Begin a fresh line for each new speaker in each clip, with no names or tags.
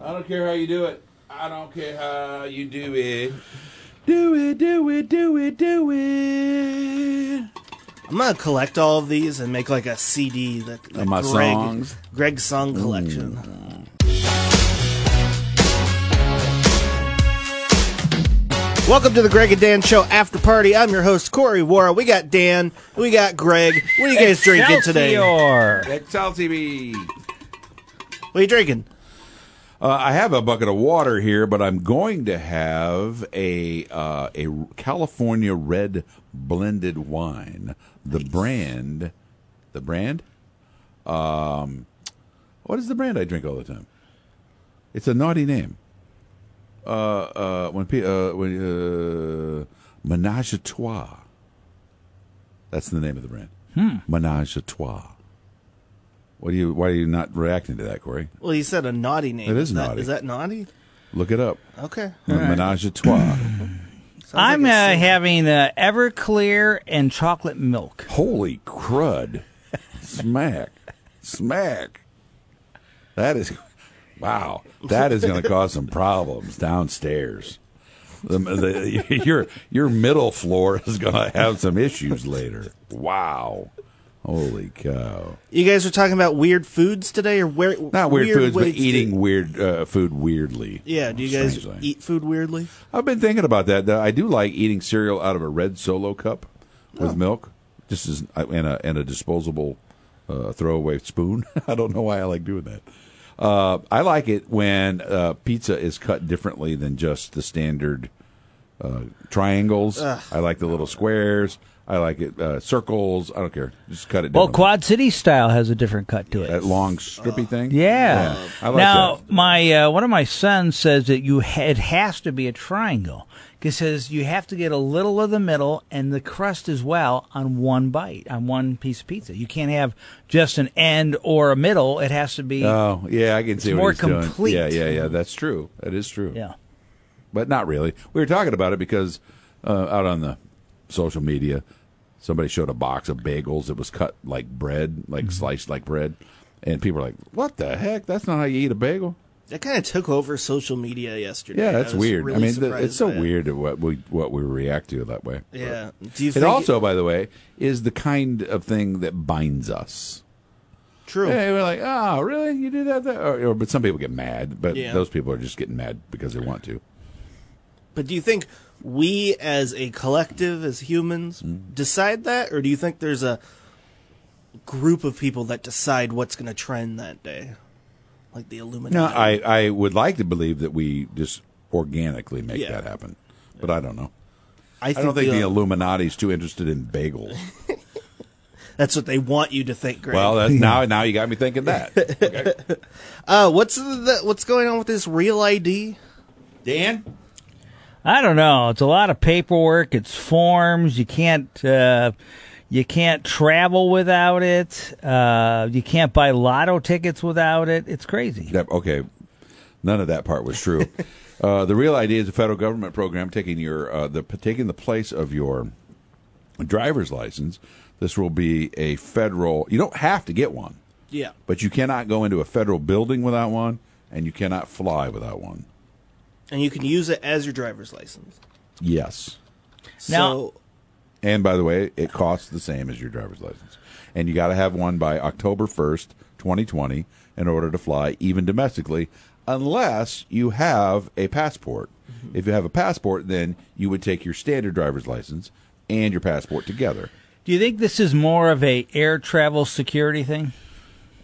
I don't care how you do it. I don't care how you do it.
Do it, do it, do it, do it. I'm gonna collect all of these and make like a CD that that
my
Greg,
songs? Mm.
Greg's song collection. Welcome to the Greg and Dan Show After Party. I'm your host Corey Wara. We got Dan, we got Greg. What are you guys drinking today? What
Excelsior.
Excel TV.
are you drinking?
Uh, I have a bucket of water here, but I'm going to have a uh, a California red blended wine. The brand, the brand. Um, what is the brand I drink all the time? It's a naughty name. Uh, uh, when pe- uh, when uh, Menage a Trois. That's the name of the brand. Menage a Trois. What do you? Why are you not reacting to that, Corey?
Well, you said a naughty name.
It is
that,
naughty.
Is that naughty?
Look it up.
Okay.
Menage a trois.
Sounds
I'm
like a
uh,
sing-
having the Everclear and chocolate milk.
Holy crud. Smack. Smack. That is, wow. That is going to cause some problems downstairs. The, the, your your middle floor is going to have some issues later. Wow. Holy cow.
You guys are talking about weird foods today, or where?
Not weird, foods, but
ways to-
eating weird uh, food weirdly.
Yeah, do you guys
Strangely.
eat food weirdly?
I've been thinking about that. though. I do like eating cereal out of a red solo cup with milk. This is and a and a disposable uh, throwaway spoon. I don't know why I like doing that. Uh, I like it when uh, pizza is cut differently than just the standard uh, triangles. I like the little squares. I like it uh, circles. I don't care. Just cut it.
Well,
differently.
Quad City style has a different cut to it.
That long strippy thing.
Yeah.
I like
now,
that.
my uh, one of my sons says that you ha- it has to be a triangle. He says you have to get a little of the middle and the crust as well on one bite, on one piece of pizza. You can't have just an end or a middle. It has to be.
Oh yeah, I can see what
more
he's doing.
complete.
Yeah, yeah, yeah. That's true. That is true.
yeah.
but not really. We were talking about it because uh, out on the social media, somebody showed a box of bagels that was cut like bread, like
Mm-hmm.
sliced like bread, and people were like, "What the heck? That's not how you eat a bagel."
That kind of took over social media yesterday.
Yeah,
I
that's
was
weird.
really
I mean, th-
surprised
it's so
by it.
weird at what we what we react to that way.
Yeah. Do you
It
think
also, by the way, is the kind of thing that binds us.
true?
Yeah, we're like, oh, really? You do that? that? Or, or, but some people get mad, but
Yeah.
those people are just getting mad because they want to.
But do you think we, as a collective, as humans,
Mm-hmm.
decide that, or do you think there's a group of people that decide what's going to trend that day, like the Illuminati?
No, I, I would like to believe that we just organically make
Yeah.
that happen, but I don't know.
I,
I don't think the uh,
Ill-
Illuminati's too interested in bagels.
that's what they want you to think. Greg.
well, that's, now now you got me thinking that. Okay.
uh, what's the, what's going on with this real ID?
Dan,
I don't know. It's a lot of paperwork. It's forms. You can't uh, you can't travel without it. Uh, you can't buy lotto tickets without it. It's crazy.
That- okay, none of that part was true. uh, the real idea is a federal government program taking your uh, the taking the place of your driver's license. This will be a federal. You don't have to get one,
Yeah.
but you cannot go into a federal building without one, and you cannot fly without one.
and you can use it as your driver's license.
Yes.
Now-
so,
And by the way, it costs the same as your driver's license. And you got to have one by October 1st, 2020, in order to fly even domestically, unless you have a passport.
Mm-hmm.
If you have a passport, then you would take your standard driver's license and your passport together.
Do you think this is more of a air travel security thing?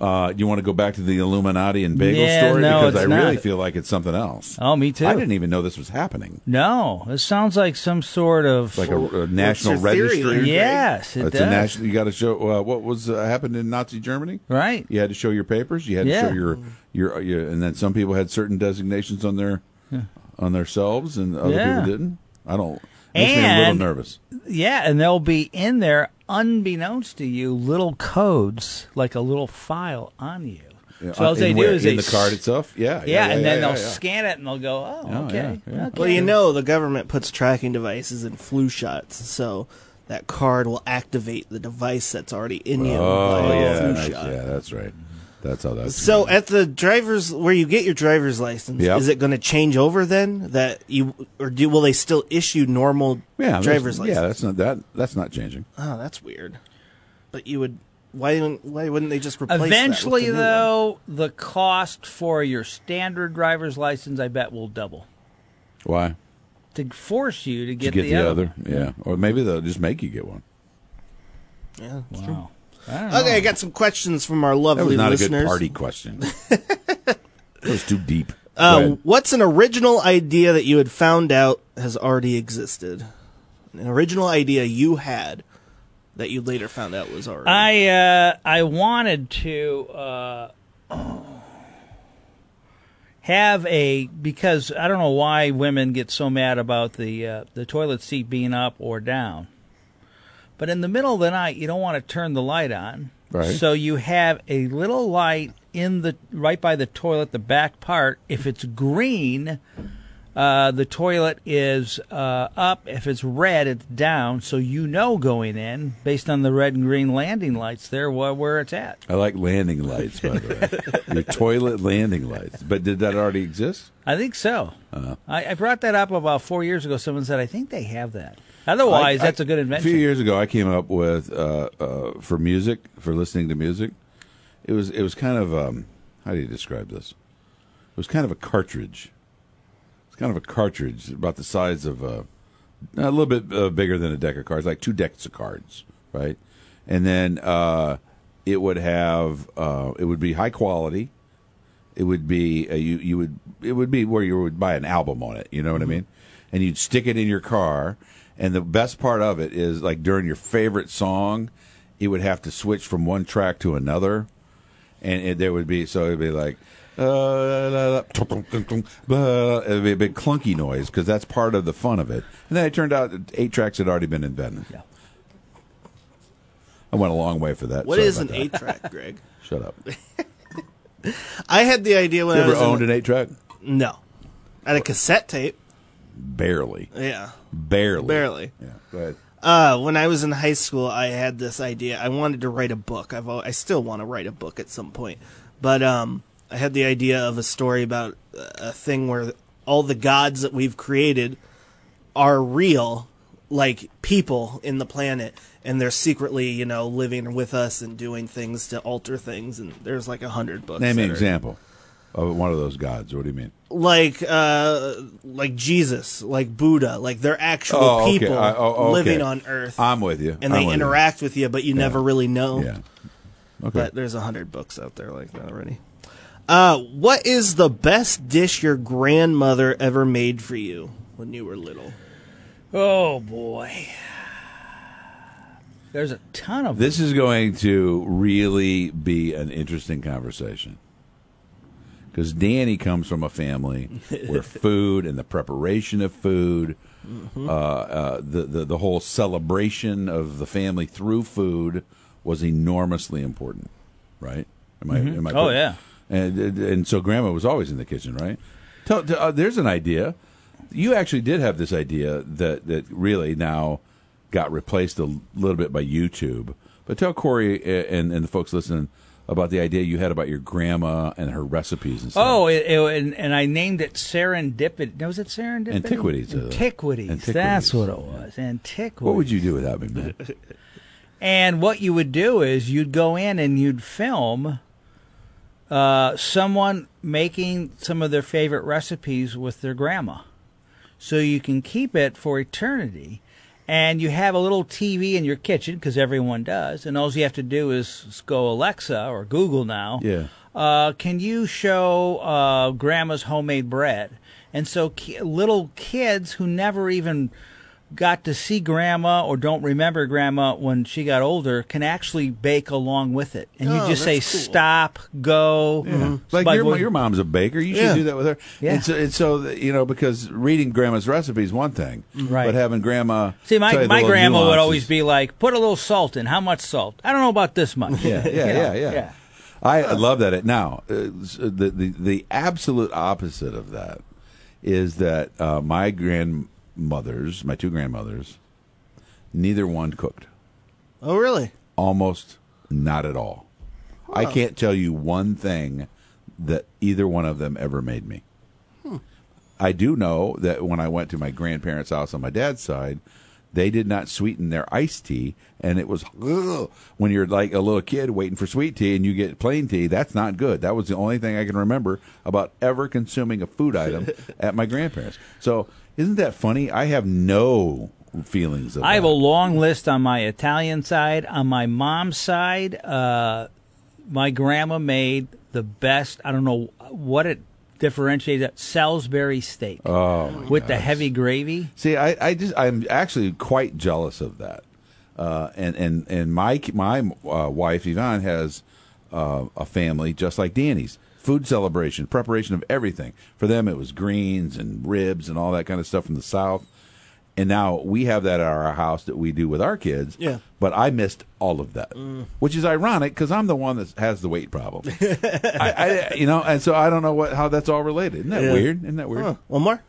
Uh, you want to go back to the Illuminati and bagel
Yeah,
story?
no,
because
it's
I really
not.
feel like it's something else.
Oh, me too.
I didn't even know this was happening.
No, it sounds like some sort of
Like a, a national
your theory
registry.
there?
yes, it
It's
does.
a national. You got to show uh, what was uh, happened in Nazi Germany,
Right.
You had to show your papers. You had to
Yeah.
show your, your uh, your and then some people had certain designations on their on themselves, and other
Yeah.
people didn't. I don't. It makes me a little
And-
nervous.
yeah, and they'll be in there unbeknownst to you, little codes like a little file on you. so all
uh, In
they do
where?
is
in
they
the card
s-
itself. Yeah,
Yeah, and then
yeah,
they'll
yeah.
scan it and they'll go, oh,
Oh,
okay.
yeah, yeah.
okay.
well, you know, the government puts tracking devices in flu shots, so that card will activate the device that's already in you.
Oh
by a
yeah,
flu
that's-
shot.
yeah, that's right. That's how that's.
So at the driver's where you get your driver's license,
Yep.
is it going to change over then that you or do will they still issue normal
yeah, that's-
driver's license?
Yeah, that's not that. That's not changing.
Oh, that's weird. But you would why wouldn't why wouldn't they just replace that with the
Eventually,
new one?
though, the cost for your standard driver's license, I bet, will double
Why?
to force you to
To
get,
get the,
other.
other. Yeah, or maybe they'll just make you get one.
Yeah.
Wow. I don't know.
Okay, I got some questions from our
That was
lovely
not
listeners.
a good party question. it was too deep.
Um,
Uh,
Go ahead.
what's an original idea that you had found out has already existed? An original idea you had that you later found out was already.
I uh, I wanted to uh, have a because I don't know why women get so mad about the uh, the toilet seat being up or down, but in the middle of the night you don't want to turn the light on,
Right.
So you have a little light in the right by the toilet, the back part. If it's green. Uh, the toilet is uh, up. If it's red, it's down. So you know going in, based on the red and green landing lights there, wh- where it's at.
I like landing lights, by the way. Your toilet landing lights. But did that already exist?
I think so.
Uh-huh.
I, I brought that up about four years ago. Someone said, I think they have that.
I-
Otherwise,
I-
that's a good
A
invention.
few years ago, I came up with uh, uh, for music for listening to music. It was it was kind of um, how do you describe this? It was kind of a cartridge. It's kind of a cartridge about the size of a, a little bit uh, bigger than a deck of cards, like two decks of cards, right? And then uh, it would have uh, it would be high quality. It would be uh, you you would it would be where you would buy an album on it. You know what
Mm-hmm.
I mean? And you'd stick it in your car. And the best part of it is like during your favorite song, it would have to switch from one track to another and it, there would be so it'd be like uh, la, la, tum, tum, tum, tum, blah. it'd be a big clunky noise because that's part of the fun of it. And then it turned out that eight tracks had already been invented.
Yeah.
I went a long way for that.
what
Sorry
is
about
an
that.
eight track, Greg?
Shut up. You
I had the idea when I
ever
was in-
owned an eight track?
no, I had a cassette tape.
Barely,
Yeah,
barely,
barely.
Yeah. Go ahead.
Uh, when I was in high school, I had this idea. I wanted to write a book. I've al- I still want to write a book at some point, but um, I had the idea of a story about uh, a thing where all the gods that we've created are real, like people in the planet, and they're secretly, you know, living with us and doing things to alter things. And there's like a hundred books.
Name
that
an
are-
example of one of those gods. What do you mean?
like uh like Jesus, like Buddha, like they're actual
Oh, okay.
people
I- oh, okay.
living on Earth.
I'm with you. I'm
and they
with you.
interact with you, but you never really know.
Yeah. Okay.
But there's a hundred books out there like that already. Uh, what is the best dish your grandmother ever made for you when you were little?
Oh, boy. There's a ton of
This is going to really be an interesting conversation. Because Danny comes from a family where food and the preparation of food,
Mm-hmm.
uh, uh, the, the, the whole celebration of the family through food was enormously important, right? Am I, am I
Oh, yeah.
And, and- and so grandma was always in the kitchen, right? Tell, t- uh, there's an idea. You actually did have this idea that, that really now got replaced a l- little bit by YouTube. But tell Corey a- and, and the folks listening about the idea you had about your grandma and her recipes and stuff.
Oh, it, it- and, and I named it serendipity. No, was it serendipity?
Antiquities, uh,
Antiquities.
antiquities.
That's what it was. Antiquities.
What would you do without me, man?
And what you would do is you'd go in and you'd film uh, someone making some of their favorite recipes with their grandma. So you can keep it for eternity. And you have a little TV in your kitchen because everyone does. And all you have to do is s- go Alexa or Google now.
Yeah.
Uh, can you show uh, grandma's homemade bread? And so ki- little kids who never even got to see grandma or don't remember grandma when she got older can actually bake along with it. And you
Oh,
just say,
that's cool.
stop, go. Mm-hmm.
Like
But
your,
what-
your mom's a baker, you should
Yeah.
do that with her.
Yeah.
And so, and so that- you know, because reading grandma's recipe is one thing,
Right.
But having grandma
See, my, my grandma
grandma
would always be like, put a little salt in. How much salt? I don't know about this much.
yeah, yeah, yeah, yeah. I I love that. It now uh, s- the, the the absolute opposite of that is that uh, my grandmothers, my two grandmothers, neither one cooked.
Oh, really?
Almost not at all. I can't tell you one thing that either one of them ever made me. I do know that when I went to my grandparents' house on my dad's side, they did not sweeten their iced tea, and it was "Ugh." when you're like a little kid waiting for sweet tea and you get plain tea. That's not good. That was the only thing I can remember about ever consuming a food item at my grandparents. So isn't that funny? I have no feelings of.
I have a
that.
long list on my Italian side. On my mom's side, uh, my grandma made the best. I don't know what it differentiates that Salisbury steak
Oh,
with the heavy gravy.
See, I, I just I'm actually quite jealous of that. Uh, and and and my my uh, wife Yvonne has uh, a family just like Danny's. Food celebration, preparation of everything. For them, it was greens and ribs and all that kind of stuff from the south. And now we have that at our house that we do with our kids.
Yeah. Mm.
But I missed all of that, which is ironic because I'm the one that has the weight problem. I, I, you know, and so I don't know what how that's all related. Isn't that
Yeah.
weird? Isn't that weird?
Huh, one more.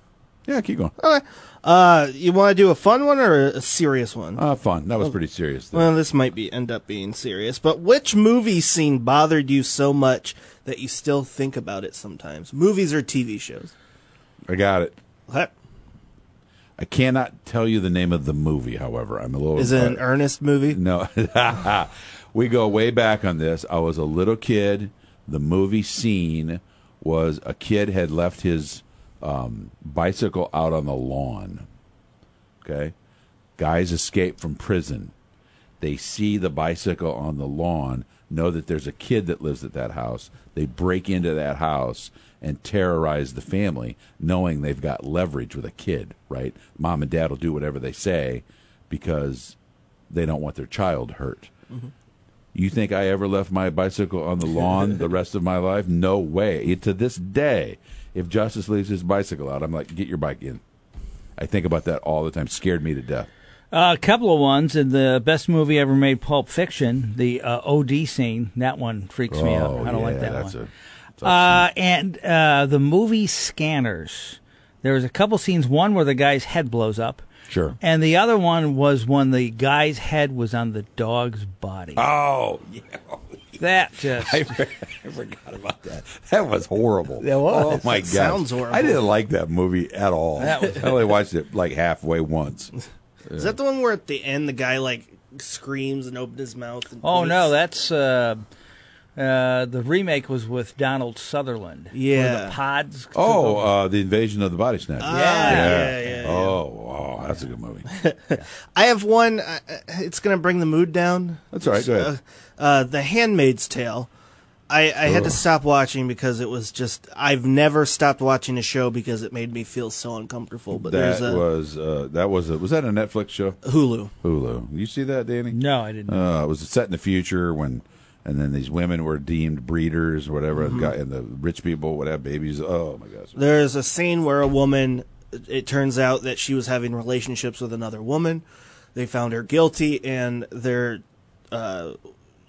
Yeah, keep going.
Okay. Uh, you want to do a fun one or a serious one?
Uh, fun. That was pretty serious. there.
well, this might be end up being serious, but which movie scene bothered you so much that you still think about it sometimes? Movies or TV shows?
I got it.
What?
I cannot tell you the name of the movie, however. I'm a little.
Is it an Ernest movie?
No. we go way back on this. I was a little kid. The movie scene was a kid had left his um, bicycle out on the lawn. Okay. Guys escape from prison. They see the bicycle on the lawn, know that there's a kid that lives at that house. They break into that house and terrorize the family, knowing they've got leverage with a kid, right? Mom and dad will do whatever they say because they don't want their child hurt.
Mm-hmm.
You think I ever left my bicycle on the lawn the rest of my life? No way. To this day, if Justice leaves his bicycle out, I'm like, get your bike in. I think about that all the time. Scared me to death.
Uh, a couple of ones, and the best movie ever made, Pulp Fiction, the uh, OD scene. That one freaks me out. I don't like that
Oh, that's
one.
A, that's a-
Uh, and uh, the movie Scanners. There was a couple scenes. One where the guy's head blows up.
Sure.
And the other one was when the guy's head was on the dog's body.
oh, yeah,
that just
I, for- I forgot about that. That was horrible.
That was.
Oh my
It
god,
sounds horrible.
I didn't like that movie at all. I only watched it like halfway once.
Is that the one where at the end the guy like screams and opens his mouth? And
Oh no,
points?
that's uh, uh, the remake was with Donald Sutherland. where
Yeah.
the pods.
Oh, uh, the invasion of the body snatchers.
Ah,
yeah.
yeah, yeah, yeah.
Oh, wow, that's a good movie.
I have one. Uh, uh, it's gonna bring the mood down.
That's all right, go ahead.
Uh, uh, the Handmaid's Tale. I, I had to stop watching because it was just. I've never stopped watching a show because it made me feel so uncomfortable. But
That
there's a
was uh, that was a, was that a Netflix show?
Hulu.
Hulu. You see that, Danny?
No, I didn't.
Uh, it was set in the future when, and then these women were deemed breeders, or whatever,
Mm-hmm.
and, got, and the rich people would have babies. Oh my gosh!
There's a scene where a woman. It turns out that she was having relationships with another woman. They found her guilty, and they're. Uh,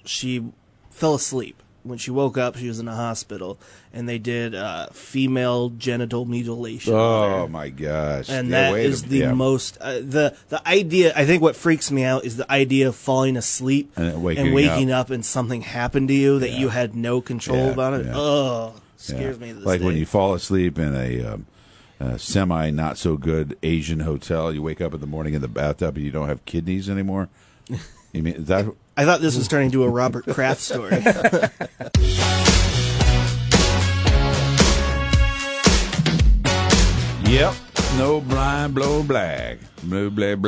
she fell asleep. When she woke up, she was in a hospital, and they did uh, female genital mutilation.
Oh my gosh!
and
Yeah,
that
wait a-
is the
yeah.
most uh, the the idea. I think what freaks me out is the idea of falling asleep
And then waking
up. and something happened to you that you had no control
Yeah,
about it.
yeah.
Oh,
Yeah.
scares me. To this
like when
day.
you fall asleep in a, um, a semi not so good Asian hotel, you wake up in the morning in the bathtub and you don't have kidneys anymore. You mean is that?
I thought this was turning into a Robert Kraft story.
Yep. No blind, blow black, blue, blah, blah.